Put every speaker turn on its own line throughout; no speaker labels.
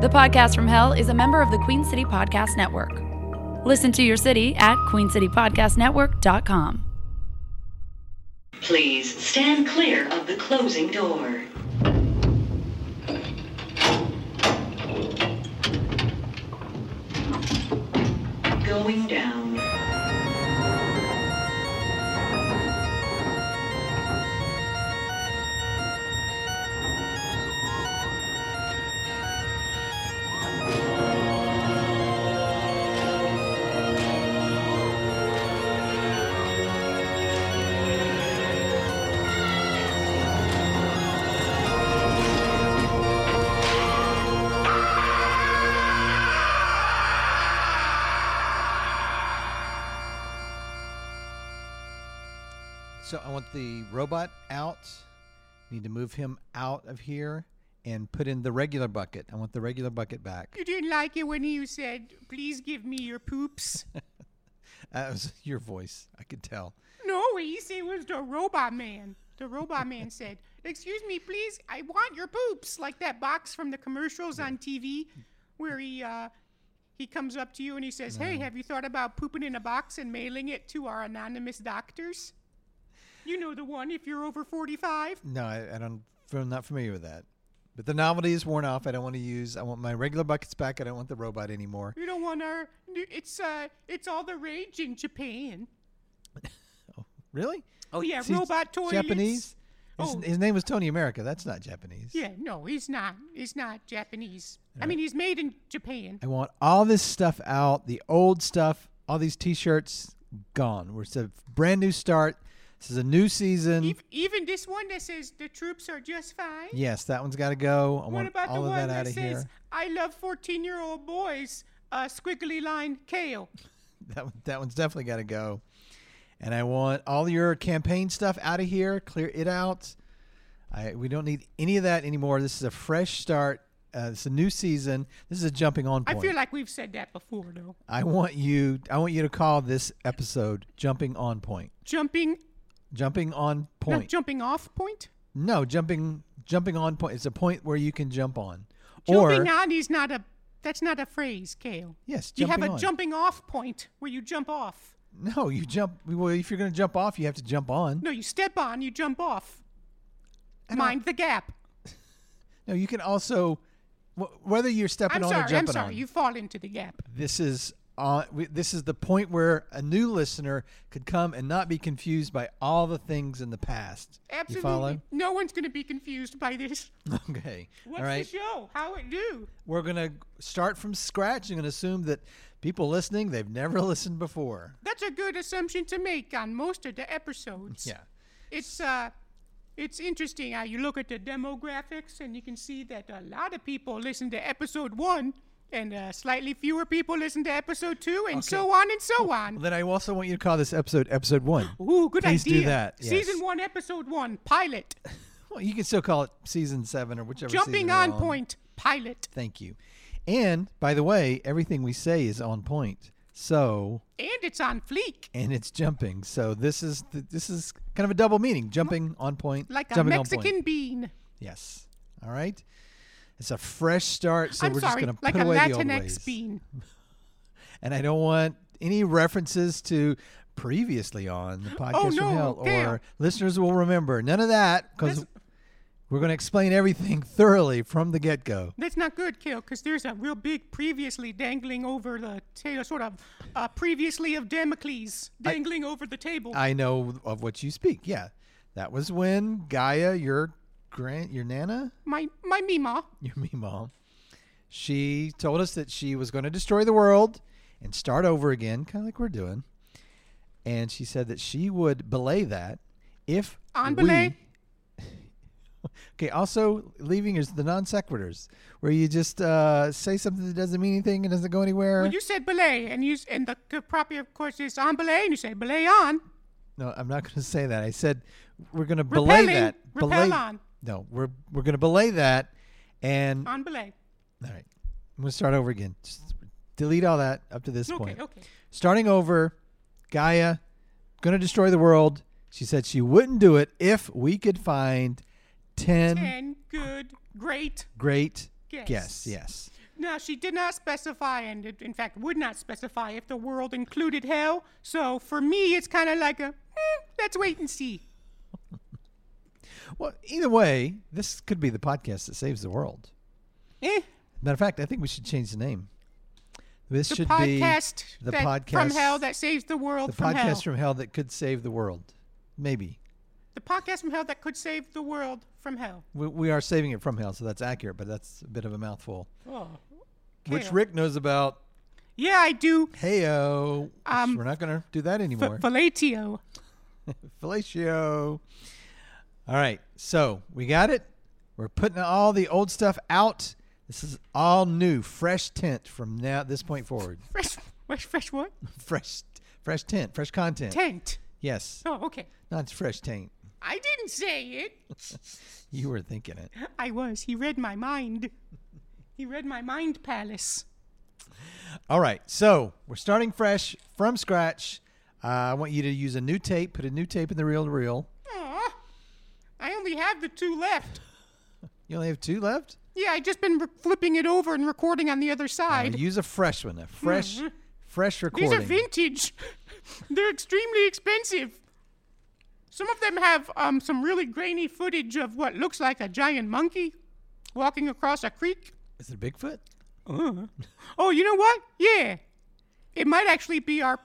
The Podcast from Hell is a member of the Queen City Podcast Network. Listen to your city at queencitypodcastnetwork.com.
Please stand clear of the closing door. Going down.
So I want the robot out. Need to move him out of here and put in the regular bucket. I want the regular bucket back.
You didn't like it when you said, please give me your poops?
That was your voice. I could tell.
no, what he said was the robot man. The robot man said, excuse me, please, I want your poops. Like that box from the commercials on TV where he, uh, he comes up to you and he says, hey, have you thought about pooping in a box and mailing it to our anonymous doctors? You know the one if you're over 45.
No, I, I don't. I'm not familiar with that. But the novelty is worn off. I don't want to use. I want my regular buckets back. I don't want the robot anymore.
You don't want our. It's, uh, it's all the rage in Japan.
Really?
Oh, yeah,
See,
robot toilets.
Japanese. His,
Oh.
his name was Tony America. That's not Japanese.
Yeah, no, he's not. He's not Japanese. I mean, he's made in Japan.
I want all this stuff out, the old stuff, all these T-shirts gone. We're it's a brand new start. This is a new season.
Ev- Even this one that says the troops are just fine.
yes, that one's got to go. I
What
want
about
all
the
of
one
that
that
out of
says
here.
I love 14-year-old boys? Uh, squiggly line kale.
That one, that one's definitely got to go. And I want all your campaign stuff out of here. Clear it out. I we don't need any of that anymore. This is a fresh start. Uh, it's a new season. This is a jumping on
I
point.
feel like we've said that before though.
I want you. I want you to call this episode "Jumping on Point."
Jumping,
Jumping on point.
not jumping off point.
No, jumping jumping on point. It's a point where you can jump on.
jumping
or
on is not a. That's not a phrase, Kale.
Yes,
You have
jumping
a
on.
jumping off point where you jump off.
no, you jump. Well, if you're going to jump off, you have to jump on.
No, you step on, you jump off.
I don't-
Mind the gap.
No, you can also wh- whether you're stepping
I'm
on or
sorry.
jumping
I'm sorry.
on.
You fall into the gap.
This is on. we- This is the point where a new listener could come and not be confused by all the things in the past.
Absolutely.
You follow?
No one's going to be confused by this.
Okay.
What's
all right.
the show? How it do?
We're gonna start from scratch. I'm gonna assume that people listening they've never listened before.
That's a good assumption to make on most of the episodes.
Yeah.
It's uh it's interesting how you look at the demographics and you can see that a lot of people listen to episode 1 and uh, slightly fewer people listen to episode 2 and so on and so
Well,
on.
then I also want you to call this episode episode one.
Ooh, good
Please do
idea.
that,
Season
yes.
1 episode 1 pilot.
Well, you can still call it season seven or whichever. season
Jumping
we're
on point pilot.
Thank you. And by the way, everything we say is on point. So,
And it's on fleek.
and it's jumping. So this is th- this is kind of a double meaning: jumping on point,
Like a
jumping On
Mexican
point.
bean.
Yes. All right. It's a fresh start, so
I'm
we're
sorry,
just going to
like
put
a
away the old
Latinx
ways.
bean.
And I don't want any references to previously on the podcast from
Oh, no,
hell,
damn.
or listeners will remember none of that because we're going to explain everything thoroughly from the get go.
That's not good, Kale, because there's a real big previously dangling over the table, sort of uh, previously of Damocles dangling over the table.
I know of what you speak. Yeah, that was when Gaia, your grand, your nana,
my my Mima.
your me mom, she told us that she was going to destroy the world and start over again, kind of like we're doing. And she said that she would belay that if
On
we-
belay.
Okay. Also, leaving is the non sequiturs, where you just uh, say something that doesn't mean anything and doesn't go anywhere.
Well, you said belay, and you s- and the c- proper, of course, is on belay, and you say belay on.
No, I'm not going to say that. I said we're going to belay
Repelling.
that.
Repel
belay-
on.
No, we're we're going to belay that, and all
On belay.
right, I'm going to start over again. Just delete all that up to this
Okay,
point.
okay.
Starting over, Gaia, going to destroy the world. She said she wouldn't do it if we could find ten,
Ten, good, great.
great
Guess.
guests. Yes,
No, she did not specify, and it, in fact would not specify if the world included hell. So for me, it's kind of like a "Eh, let's wait and see.
Well, either way, this could be the podcast that saves the world.
Eh,
Matter of fact, I think we should change the name. This
the
should
podcast,
be the
that,
podcast
from hell that saves the world
the
from
podcast
hell.
from hell that could save the world. Maybe
the podcast from hell that could save the world from hell.
we, we are saving it from hell, so that's accurate, but that's a bit of a mouthful, which
Kale.
Rick knows about.
Yeah, I do.
Heyo, which
Um,
we're not going to do that
F-
anymore.
fellatio.
Fellatio. All right, so we got it. We're putting all the old stuff out. This is all new, fresh tint from now this point forward.
Fresh, fresh, fresh what?
Fresh, fresh tint, fresh content.
Tent.
Yes,
Oh, okay.
not fresh taint.
I didn't say it.
You were thinking it.
I was. He read my mind. He read my mind palace.
All right, so we're starting fresh from scratch. Uh, I want you to use a new tape. Put a new tape in the reel to reel.
Aw. I only have the two left.
You only have two left.
Yeah, I just been re- flipping it over and recording on the other
Uh,
side.
use a fresh one, a fresh, fresh recording.
Mm-hmm. These are vintage. They're extremely expensive. Some of them have um, some really grainy footage of what looks like a giant monkey walking across a creek.
Is it Bigfoot?
Oh, you know what? Yeah. It might actually be our,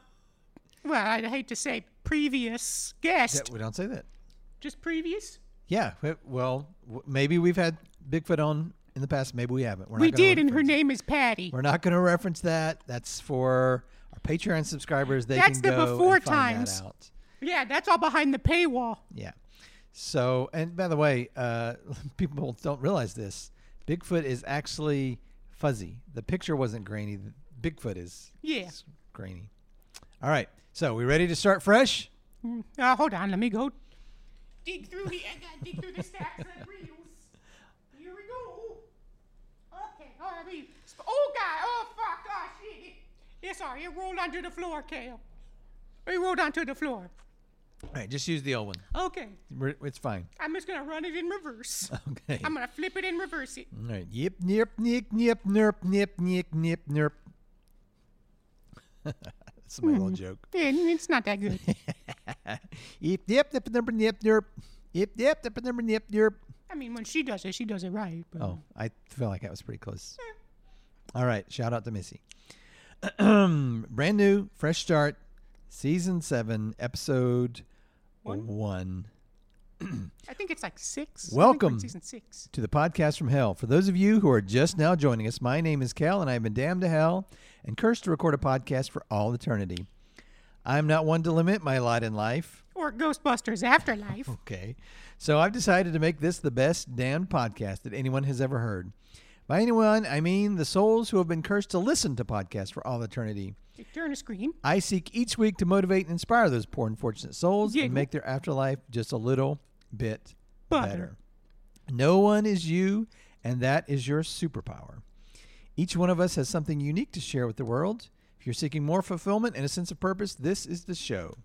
well, I hate to say previous
Yeah,
guest.
we don't say that.
Just previous?
Yeah. we- Well, w- maybe we've had Bigfoot on in the past. Maybe we haven't. We're
We
not gonna
did, and her
reference-
name is Patty.
We're not going to reference that. That's for our Patreon subscribers. They
That's
can
the
go
before
and find
times.
That out.
Yeah, that's all behind the paywall.
Yeah. So, and by the way, uh, people don't realize this. Bigfoot is actually fuzzy. The picture wasn't grainy. The- Bigfoot is
Yeah.
is grainy. All right. So, we ready to start fresh?
Uh, hold on, let me go. Dig through the, I gotta dig through the stacks of reels. Here we go. Okay, all right, we, oh God, oh fuck, oh shit. Yeah, sorry, it rolled onto the floor, Kale. It rolled onto the floor.
All right. Just use the old one.
Okay,
We're, it's fine.
I'm just gonna run it in reverse.
Okay.
I'm gonna flip it and reverse it.
All right. Yip, nip, nick, nip, nerp, nip, nick, nip, nerp. That's my little joke.
Yeah, it's not that good.
Yip, yip, nip, nip, nip, nerp. Yip, yip, nip, nip, nip, nerp.
I mean, when she does it, she does it right. But
Oh, Eh. I felt like that was pretty close. All right. Shout out to Missy. Brand new, fresh start, season seven, episode one.
I think it's like six. I think we're in
Welcome.
season six.
to the podcast from hell. For those of you who are just now joining us, my name is Cal, and I have been damned to hell and cursed to record a podcast for all eternity. I'm not one to limit my lot in life.
Or Ghostbusters Afterlife.
Okay. So I've decided to make this the best damned podcast that anyone has ever heard. By anyone, I mean the souls who have been cursed to listen to podcasts for all eternity.
Turn a screen.
I seek each week to motivate and inspire those poor unfortunate souls
Yeah.
and make their afterlife just a little bit
Butter.
better. No one is you, and that is your superpower. Each one of us has something unique to share with the world. If you're seeking more fulfillment and a sense of purpose, this is the show.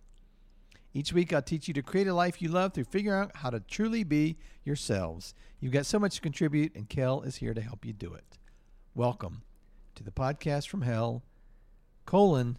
Each week, I'll teach you to create a life you love through figuring out how to truly be yourselves. You've got so much to contribute, and Kel is here to help you do it. Welcome to the podcast from hell, colon,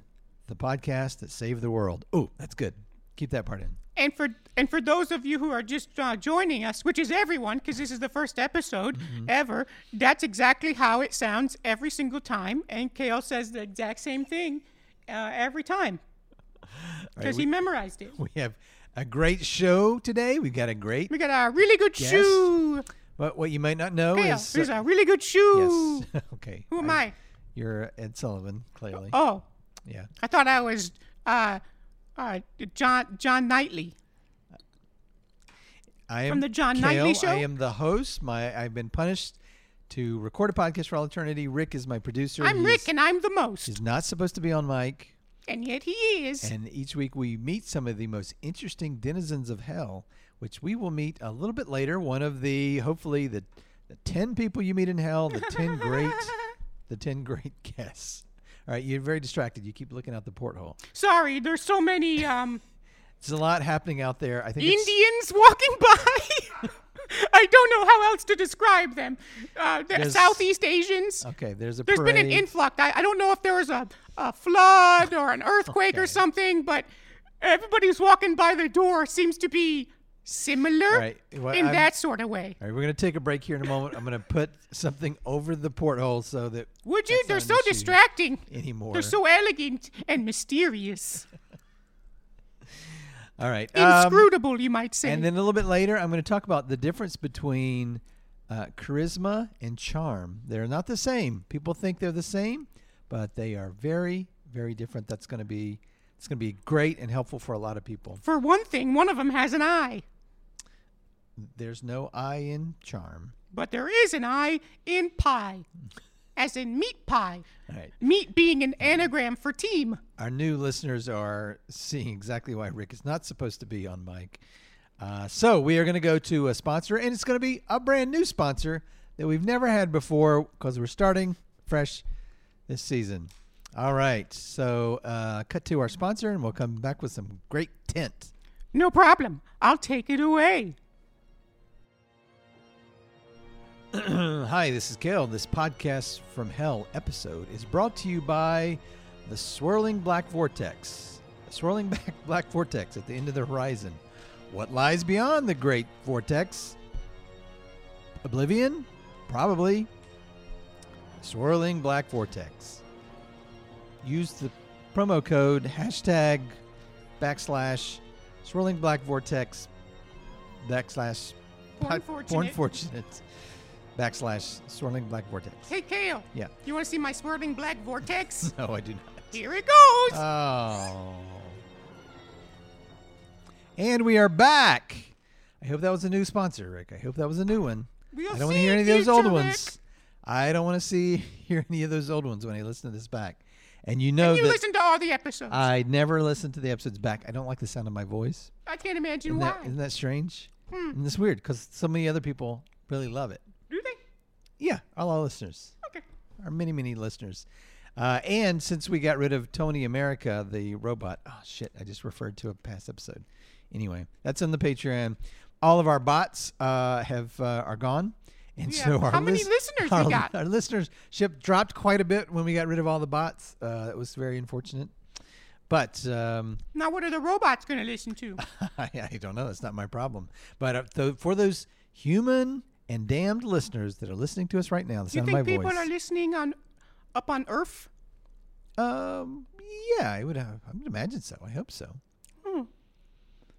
the podcast that saved the world. Oh, that's good. Keep that part in.
And for and for those of you who are just uh, joining us, which is everyone, because this is the first episode
Mm-hmm.
ever, that's exactly how it sounds every single time. And Kale says the exact same thing uh, every time
All
because
we,
he memorized it.
we have a great show today. We've got a great.
We got a really good
Yes.
shoe.
But what you might not know
Kale,
is. uh,
here's a really good shoe.
yes. okay.
Who am I?
You're Ed Sullivan, clearly.
Oh,
Yeah.
I thought I was uh, uh, John John Knightley.
I am
From the John
Kale.
Knightley Show?
I am the host. My I've been punished to record a podcast for all eternity. Rick Oh, is my producer.
I'm
He's-
Rick, and I'm the most,
He's not supposed to be on mic.
and yet he is.
And each week we meet some of the most interesting denizens of hell, which we will meet a little bit later. One of the hopefully the the ten people you meet in hell, the ten great the ten great guests. All right, you're very distracted. You keep looking out the porthole.
Sorry, there's so many um,
It's a lot happening out there. I think it's-
Indians walking by. I don't know how else to describe them. Uh, they're
There's-
Southeast Asians.
Okay, there's a
There's
parade.
been an influx. I, I don't know if there was a, a flood or an earthquake
Okay.
or something, but everybody who's walking by the door seems to be similar
Right. Well,
in
I'm-
that sort of way.
All right, we're going to take a break here in a moment. I'm going to put something over the porthole so that
Would you?
that's
They're
not an
so
issue
distracting.
anymore.
They're so elegant and mysterious.
All right. um,
Inscrutable, you might say.
and then a little bit later, I'm going to talk about the difference between uh, charisma and charm. They're not the same. People think they're the same, but they are very, very different. That's going to be it's going to be great and helpful for a lot of people.
For one thing, one of them has an eye,
There's no I in charm.
but there is an eye in pie, as in meat pie.
All right.
Meat being an anagram for team.
our new listeners are seeing exactly why Rick is not supposed to be on mic. Uh, so we are going to go to a sponsor, and it's going to be a brand new sponsor that we've never had before because we're starting fresh this season. All right, so uh, cut to our sponsor, and we'll come back with some great tent.
No problem. I'll take it away.
Hi, this is Kale. This podcast from hell episode is brought to you by the swirling black vortex. A swirling back black vortex at the end of the horizon. What lies beyond the great vortex? Oblivion? Probably. Swirling black vortex. Use the promo code hashtag backslash swirling black vortex backslash
Born
pod- born
fortunate.
fortunate backslash swirling black vortex.
Hey, Kale.
Yeah.
You want to see my swirling black vortex?
No, I do not.
Here it goes.
Oh. And we are back. I hope that was a new sponsor, Rick. I hope that was a new one.
We'll
I don't want
see
to hear
in
any of those old
future,
ones. I don't want to see hear any of those old ones when I listen to this back. And you know
you
that
listen to all the episodes.
I never listen to the episodes back. I don't like the sound of my voice.
I can't imagine
Isn't
why.
that, isn't that strange?
Hmm.
And it's weird because so many other people really love it.
Do they?
Yeah, all our listeners
Okay.
our many many listeners uh, and since we got rid of tony america the robot oh shit i just referred to a past episode anyway that's on the patreon all of our bots uh, have uh, are gone and
Yeah,
so our
how many listeners we
our,
got?
our listenership dropped quite a bit when we got rid of all the bots uh, it was very unfortunate but um,
Now, what are the robots going to listen to?
I, I don't know. That's not my problem. But uh, tho- for those human and damned listeners that are listening to us right now, the
Do you
sound of my
think people
voice.
are listening on up on Earth?
Um, yeah, I would. Have, I would imagine so. I hope so.
Hmm.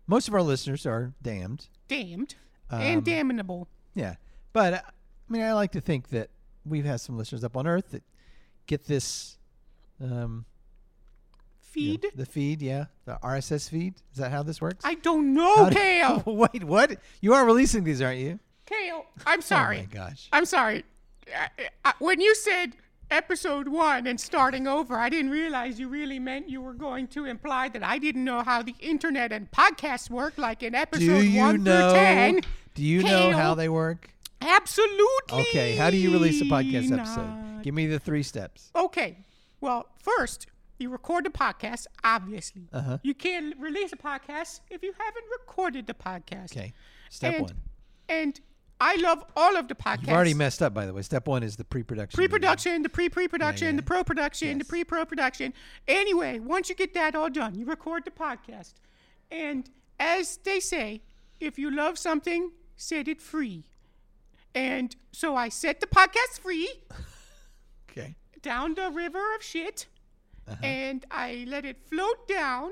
Most of our listeners are damned.
Damned and damnable.
Um, Yeah, but uh, I mean, I like to think that we've had some listeners up on Earth that get this. Um, you know,
Feed?
the feed, yeah, the RSS feed. Is that how this works?
I don't know,
How do-
Kale.
Wait, what? You are releasing these, aren't you?
Kale, I'm sorry.
Oh my gosh.
I'm sorry. I, I, when you said episode one and starting over, I didn't realize you really meant you were going to imply that I didn't know how the internet and podcasts work, like in episode
Do you
one through
know?
ten.
Do you know how
Kale.
they work?
Absolutely.
Okay, how do you release a podcast episode?
not.
Give me the three steps.
Okay. Well, first, you record the podcast, obviously. Uh-huh. You can't release a podcast if you haven't recorded the podcast.
Okay, step
and,
one.
And I love all of the podcasts.
You've already messed up, by the way. Step one is the pre-production. meeting.
Pre-production, the pre-pre-production, the pro-production, the
Yes.
pre-pro-production. Anyway, once you get that all done, you record the podcast. And as they say, if you love something, set it free. And so I set the podcast free
Okay.
down the river of shit,
Uh-huh.
and I let it float down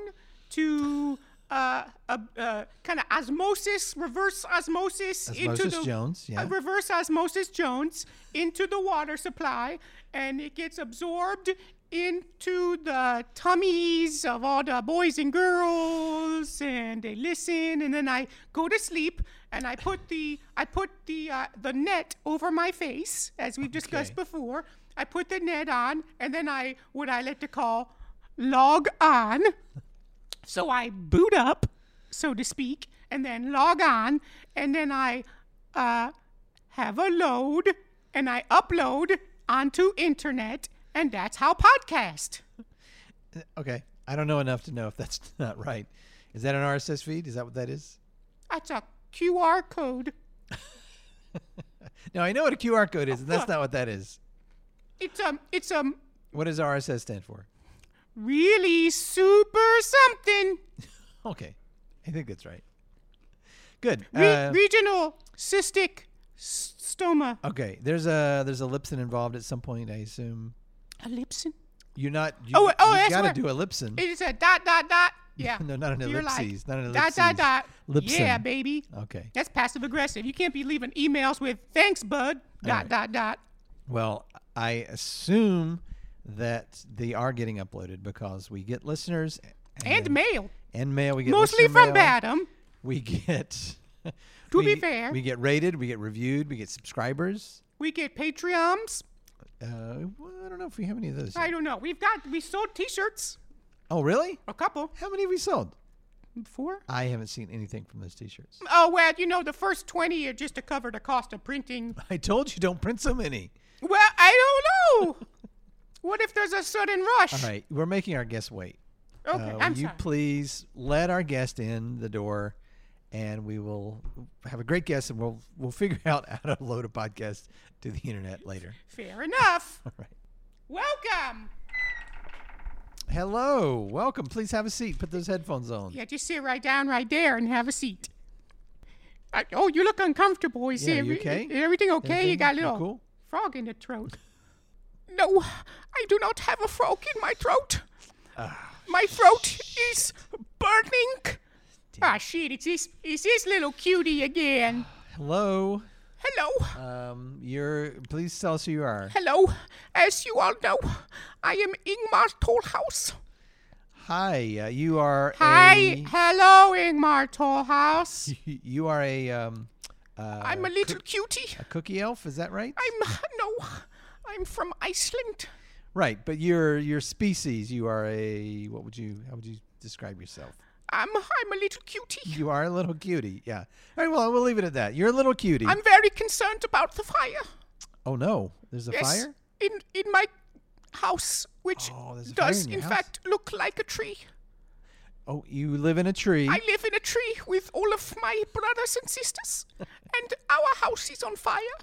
to uh, a, a kind of osmosis, reverse osmosis, into
Osmosis
the
Jones,
uh,
yeah.
reverse osmosis Jones into the water supply, and it gets absorbed into the tummies of all the boys and girls, and they listen, and then I go to sleep, and I put the I put the uh, the net over my face, as we've discussed
Okay.
before. I put the net on, and then I what I like to call log on. So I boot up, so to speak, and then log on, and then I uh, have a load, and I upload onto internet, and that's how podcast.
Okay. I don't know enough to know if that's not right. Is that an RSS feed? Is that what that is?
That's a QR code
Now I know what a QR code is, and that's not what that is.
It's um, it's um,
What does RSS stand for?
really super something
Okay, I think that's right. Good.
Re-
Uh,
regional cystic s- stoma.
okay, there's a there's a Lipson involved at some point, I assume.
Ellipsin.
You're not. You,
Oh, oh,
you
that's
got
what-
to do a Lipson.
It is a dot dot dot. Yeah.
No, not an
You're like,
ellipses, not an
Dot dot
ellipses.
dot. Yeah,
Lipsin.
baby.
Okay.
That's passive aggressive. You can't be leaving emails with thanks, bud. Dot
right.
dot dot.
Well, I assume that they are getting uploaded because we get listeners
And mail.
and mail. We get
Mostly
listener
from
mail.
Badham.
We get.
To
we-
be fair,
we
we,
get rated, we get reviewed, we get subscribers.
get Patreons.
Uh, well, I don't know if we have any of those.
I
yet.
don't know. We've got, we sold t shirts.
Oh, really?
A couple.
How many have we sold?
Four?
I haven't seen anything from those T-shirts.
Oh, well, you know, the first 20 are just to cover the cost of printing
I told you don't print so many.
Well, I don't know. what if there's a sudden rush?
All right, we're making our guest wait.
Okay,
Uh,
I'm
will you
sorry.
please let our guest in the door, and we will have a great guest, and we'll we'll figure out how to load a podcast to the internet later.
Fair enough.
All right.
Welcome.
Hello, welcome. Please have a seat. Put those headphones on.
Yeah, just sit right down right there and have a seat. I, oh, you look uncomfortable. Is
Yeah,
it-
you okay?
is everything okay?
Everything?
You got a little
cool.
frog in the throat. no, I do not have a frog in my throat.
Ah,
my throat is burning. Ah, shit, it's this, it's this little cutie again.
Hello.
Hello.
Um, you're. Please tell us who you are.
Hello. As you all know, I am Ingmar Tollhouse.
Hi. Uh, you are.
Hi.
a-
Hello, Ingmar Tollhouse.
you are a. Um, uh,
I'm a little cutie.
a cookie elf. Is that right?
I'm no. I'm from Iceland.
Right, but your your species, you are a what would you how would you describe yourself?
I'm I'm a little cutie.
You are a little cutie. Yeah. All right, well, we'll leave it at that. You're a little cutie.
I'm very concerned about the fire.
oh no, there's a
Yes.
fire?
In in my house, which
Oh, there's a fire
does
in
in,
your house?
fact look like a tree.
Oh, you live in a tree.
I live in a tree with all of my brothers and sisters, and our house is on fire.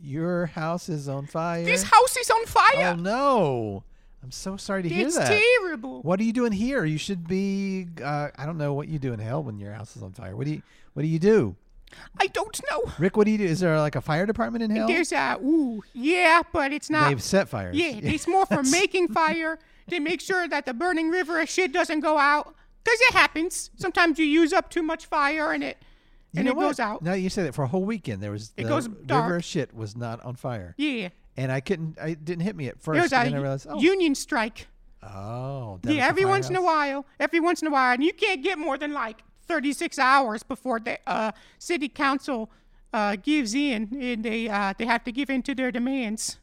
your house is on fire.
This house is on
oh
fire.
no. I'm so sorry to hear
it's
that.
terrible.
What are you doing here? You should be uh, I don't know what you do in hell when your house is on fire. What do you what do you do?
I don't know.
Rick, what do you do? Is there like a fire department in hell?
There's a ooh, yeah, but it's not.
They've set fires.
yeah, it's more for making fire to make sure that the burning river of shit doesn't go out, 'cause it happens. Sometimes you use up too much fire and it
You
and
know
it
what?
goes out.
No, you say that for a whole weekend. There was
It
the
goes
river
dark.
of shit was not on fire,
Yeah,
and I couldn't. I it didn't hit me at
there's
first,
a
and then I realized, oh,
union strike.
oh, that was the
Yeah, every once in a
firehouse.
while, every once in a while, and you can't get more than like 36 hours before the uh, city council uh, gives in, and they uh, they have to give in to their demands.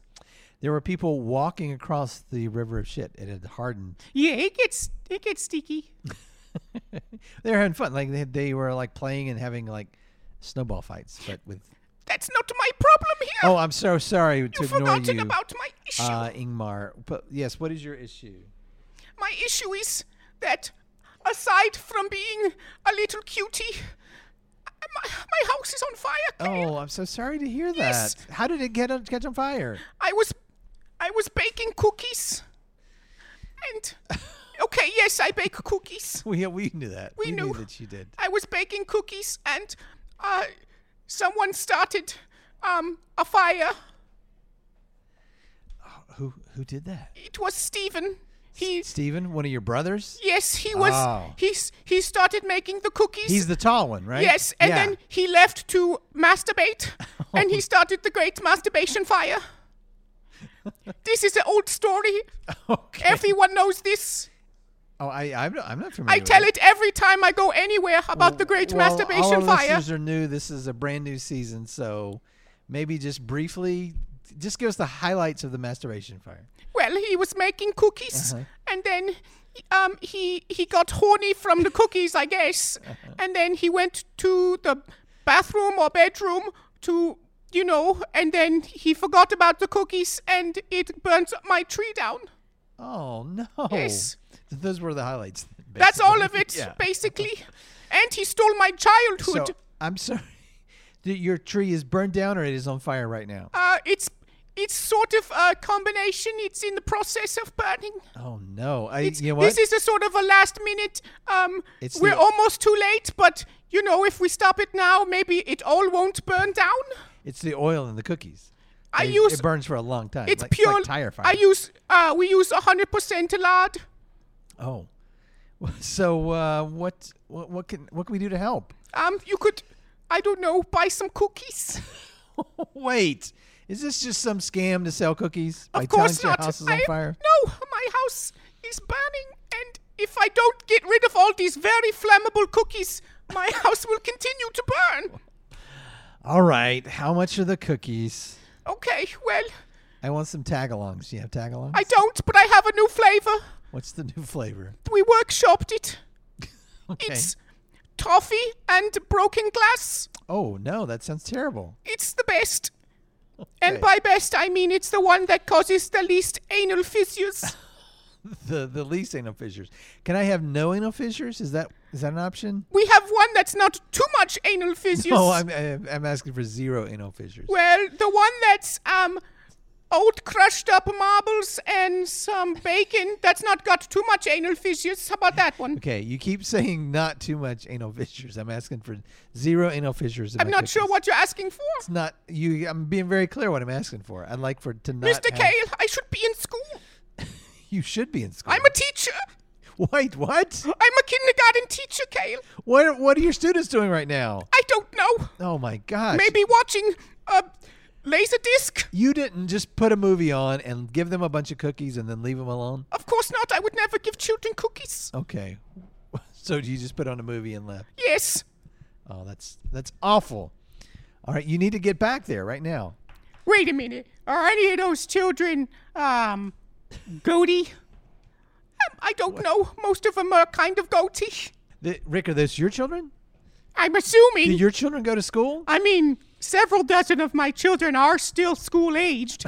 There were people walking across the river of shit. It had hardened.
Yeah, it gets it gets sticky.
They were having fun. Like they, they were like playing and having like snowball fights, but with.
That's not my problem here.
Oh, I'm so sorry to
You've
ignore
forgotten
you,
about my issue.
uh, Ingmar. But yes, what is your issue?
my issue is that, aside from being a little cutie, my, my house is on fire. Claire.
Oh, I'm so sorry to hear that.
Yes.
How did it get on, catch on fire?
I was, I was baking cookies, and okay, yes, I bake cookies.
We we knew that.
We
knew
knew.
that you did.
I was baking cookies, and uh, someone started um a fire.
Who who did that?
It was Stephen. He.
Stephen, one of your brothers.
Yes, he was.
Oh.
He's he started making the cookies.
He's the tall one, right?
Yes, and
Yeah.
then he left to masturbate, and he started the Great Masturbation Fire. this is an old story.
okay.
Everyone knows this.
oh, I, I'm not, I'm not familiar.
I
with
tell it every time I go anywhere about the Great
Well, all our
Masturbation Fire.
listeners are new. This is a brand new season, so maybe just briefly, just give us the highlights of the masturbation fire.
Well, he was making cookies,
Uh-huh.
and then um, he he got horny from the cookies, I guess,
Uh-huh.
and then he went to the bathroom or bedroom to you know, and then he forgot about the cookies, and it burnt my tree down.
Oh no!
Yes.
So those were the highlights.
That's all of
basically.
it,
Yeah.
basically. And he stole my childhood.
So I'm sorry. th- your tree is burned down or it is on fire right now?
Uh, it's it's sort of a combination. It's in the process of burning.
Oh no! I,
It's,
you know what?
this is a sort of a last minute. Um,
It's
we're
the-
almost too late, but you know, if we stop it now, maybe it all won't burn down.
it's the oil in the cookies.
I
it,
use-
it burns for a long time.
It's
like,
pure
like tire fire.
I use uh, we use hundred percent lard.
oh, so uh, what, what? What can what can we do to help?
Um, you could, I don't know, buy some cookies.
Wait, is this just some scam to sell cookies?
Of
by
course
telling
not.
us your house is
I
on fire.
No, my house is burning, and if I don't get rid of all these very flammable cookies, my house will continue to burn.
All right, how much are the cookies?
Okay, well,
I want some tagalongs. Do you have tagalongs?
I don't, but I have a new flavor.
What's the new flavor?
We workshopped it.
Okay.
It's toffee and broken glass.
oh no, that sounds terrible.
It's the best. And
Okay.
by best, I mean it's the one that causes the least anal fissures.
The the least anal fissures. Can I have no anal fissures? Is that is that an option?
we have one that's not too much anal fissures.
Oh, I'm I'm I'm asking for zero anal fissures.
Well, the one that's um old crushed up marbles and some bacon that's not got too much anal fissures. How about that one?
Okay, you keep saying not too much anal fissures. I'm asking for zero anal fissures. in
I'm
my
not sure
cookies.
what you're asking for.
It's not you. I'm being very clear what I'm asking for. I'd like for to not.
Mr.
have-
Kale, I should be in
Oh.
school.
you should be in school.
I'm a teacher.
Wait, what?
I'm a kindergarten teacher, Kale.
What? are- What are your students doing right now?
I don't know.
Oh my gosh.
Maybe watching a laser disc?
you didn't just put a movie on and give them a bunch of cookies and then leave them alone.
Of course not. I would never give children cookies.
Okay. So you just put on a movie and left.
Yes.
Oh, that's that's awful. All right, you need to get back there right now.
Wait a minute. Are any of those children, um, goaty? Um, I don't know. Most of them are kind of goatee.
The, Rick, are those your children?
I'm assuming.
Do your children go to school?
I mean, several dozen of my children are still school aged.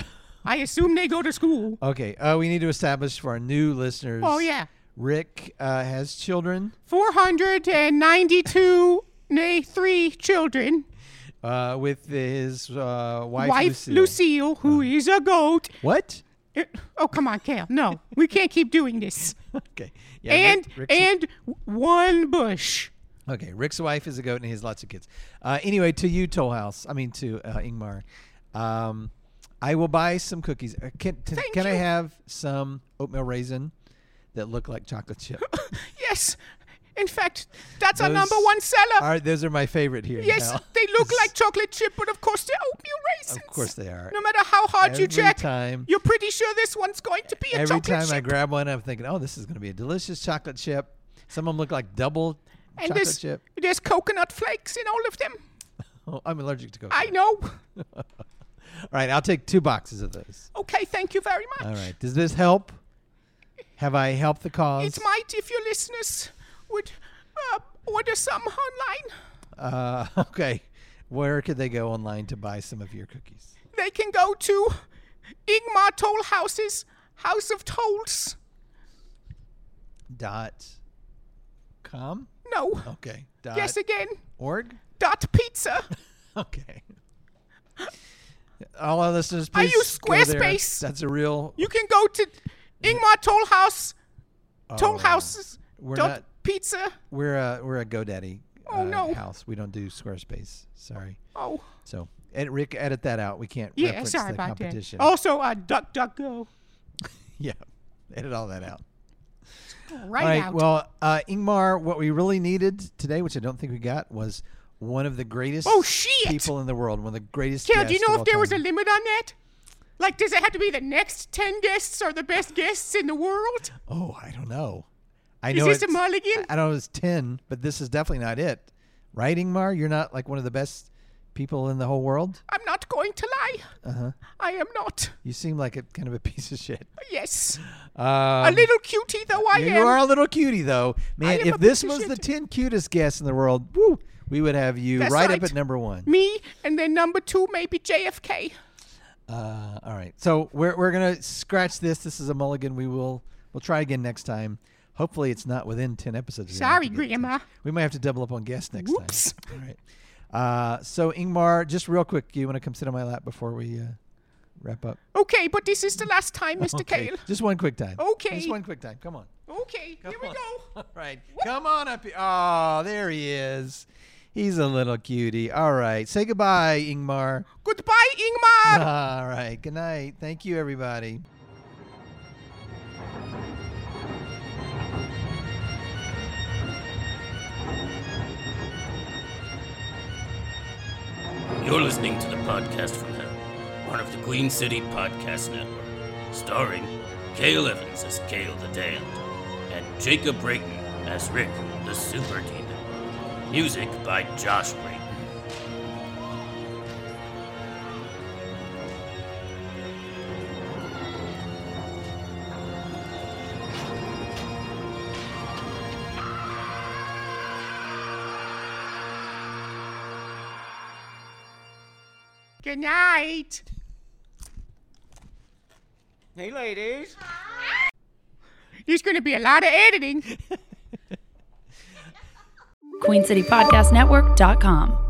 I assume they go to school.
Okay. Uh, we need to establish for our new listeners.
Oh, yeah.
Rick uh, has children.
492, nay, three children.
uh, with his uh, wife,
Wife
Lucille.
Lucille, who is a goat.
What?
Uh, Oh, come on, Cal. No, we can't keep doing this.
Okay. Yeah, Rick-
And,
Rick's-
and one bush.
okay, Rick's wife is a goat and he has lots of kids. Uh, anyway, to you, Toll House. I mean, to uh, Ingmar. Um, I will buy some cookies. Uh, can t-
Thank
can I
you.
have some oatmeal raisin that look like chocolate chip?
Yes. In fact, that's our
Those
number one seller.
All right, those are my favorite here.
yes,
now.
they look like chocolate chip, but of course they're oatmeal raisins.
Of course they are.
No matter how hard
Every
you check,
time-
you're pretty sure this one's going to be a
Every
chocolate
time
chip.
I grab one, I'm thinking, oh, this is going to be a delicious chocolate chip. Some of them look like double
and
chocolate
there's,
chip.
there's coconut flakes in all of them.
Oh, I'm allergic to coconut.
I know.
All right, I'll take two boxes of those.
Okay, thank you very much.
All right. Does this help? Have I helped the cause?
It might if your listeners would uh, order some online.
uh, okay. Where could they go online to buy some of your cookies?
They can go to Ingmar Toll House's House of Tolls.
Dot com?
No.
Okay. Dot
Yes, again.
org?
Dot pizza.
Okay. All our listeners,
I
please.
use
go there.
Squarespace.
That's a real.
You can go to Ingmar Toll House, Toll
Oh,
Houses,
we're
dot
not-
pizza.
We're a we're a GoDaddy
Oh,
uh,
no.
house. We don't do Squarespace. Sorry.
Oh,
So, and Rick, edit that out. We can't
yeah,
reference
sorry
the
about that.
competition.
Also, uh, Duck Duck Go.
yeah. Edit all that out.
Right,
All right.
out.
Well, uh, Ingmar, what we really needed today, which I don't think we got, was one of the greatest
Oh, shit!
people in the world, one of the greatest.
Kale, do you
guests
know
of
if there
all
was a
time.
limit on that? Like, does it have to be the next 10 guests or the best guests in the world?
Oh, I don't know. I
Is
know
this a
it's-
mulligan?
I I don't know it's ten, but this is definitely not it, right, Ingmar? You're not like one of the best people in the whole world.
I'm not going to lie.
Uh-huh.
I am not.
You seem like a kind of a piece of shit.
Yes. a
Um,
little cutie, though I
you
am.
are a little cutie, though, man.
am a
If this
piece of
was the
shit.
ten cutest guests in the world, woo, we would have you
That's
right, up
right.
at number one.
Me, and then number two, maybe JFK.
Uh, all right. So we're we're gonna scratch this. This is a mulligan. We will we'll try again next time. Hopefully, it's not within ten episodes. we might have
Sorry,
to get to.
Grandma.
We might have to double up on guests next
Whoops.
time. All right. Uh, so Ingmar, just real quick, you want to come sit on my lap before we uh, wrap up?
Okay, but this is the last time, Mr.
Okay.
Kale.
Just one quick time.
Okay.
Just one quick time. Come on.
Okay,
Come
here we
on.
go.
All right. Come on up here. Oh, there he is. He's a little cutie. All right. Say goodbye, Ingmar.
Goodbye, Ingmar.
All right. Good night. Thank you, everybody.
You're listening to the podcast from Hell, part of the Queen City Podcast Network, starring Cale Evans as Cale the Damned and Jacob Brayton as Rick the Super Demon. Music by Josh Brayton.
Good night.
Hey, ladies.
There's going to be a lot of editing.
QueenCityPodcastNetwork.com.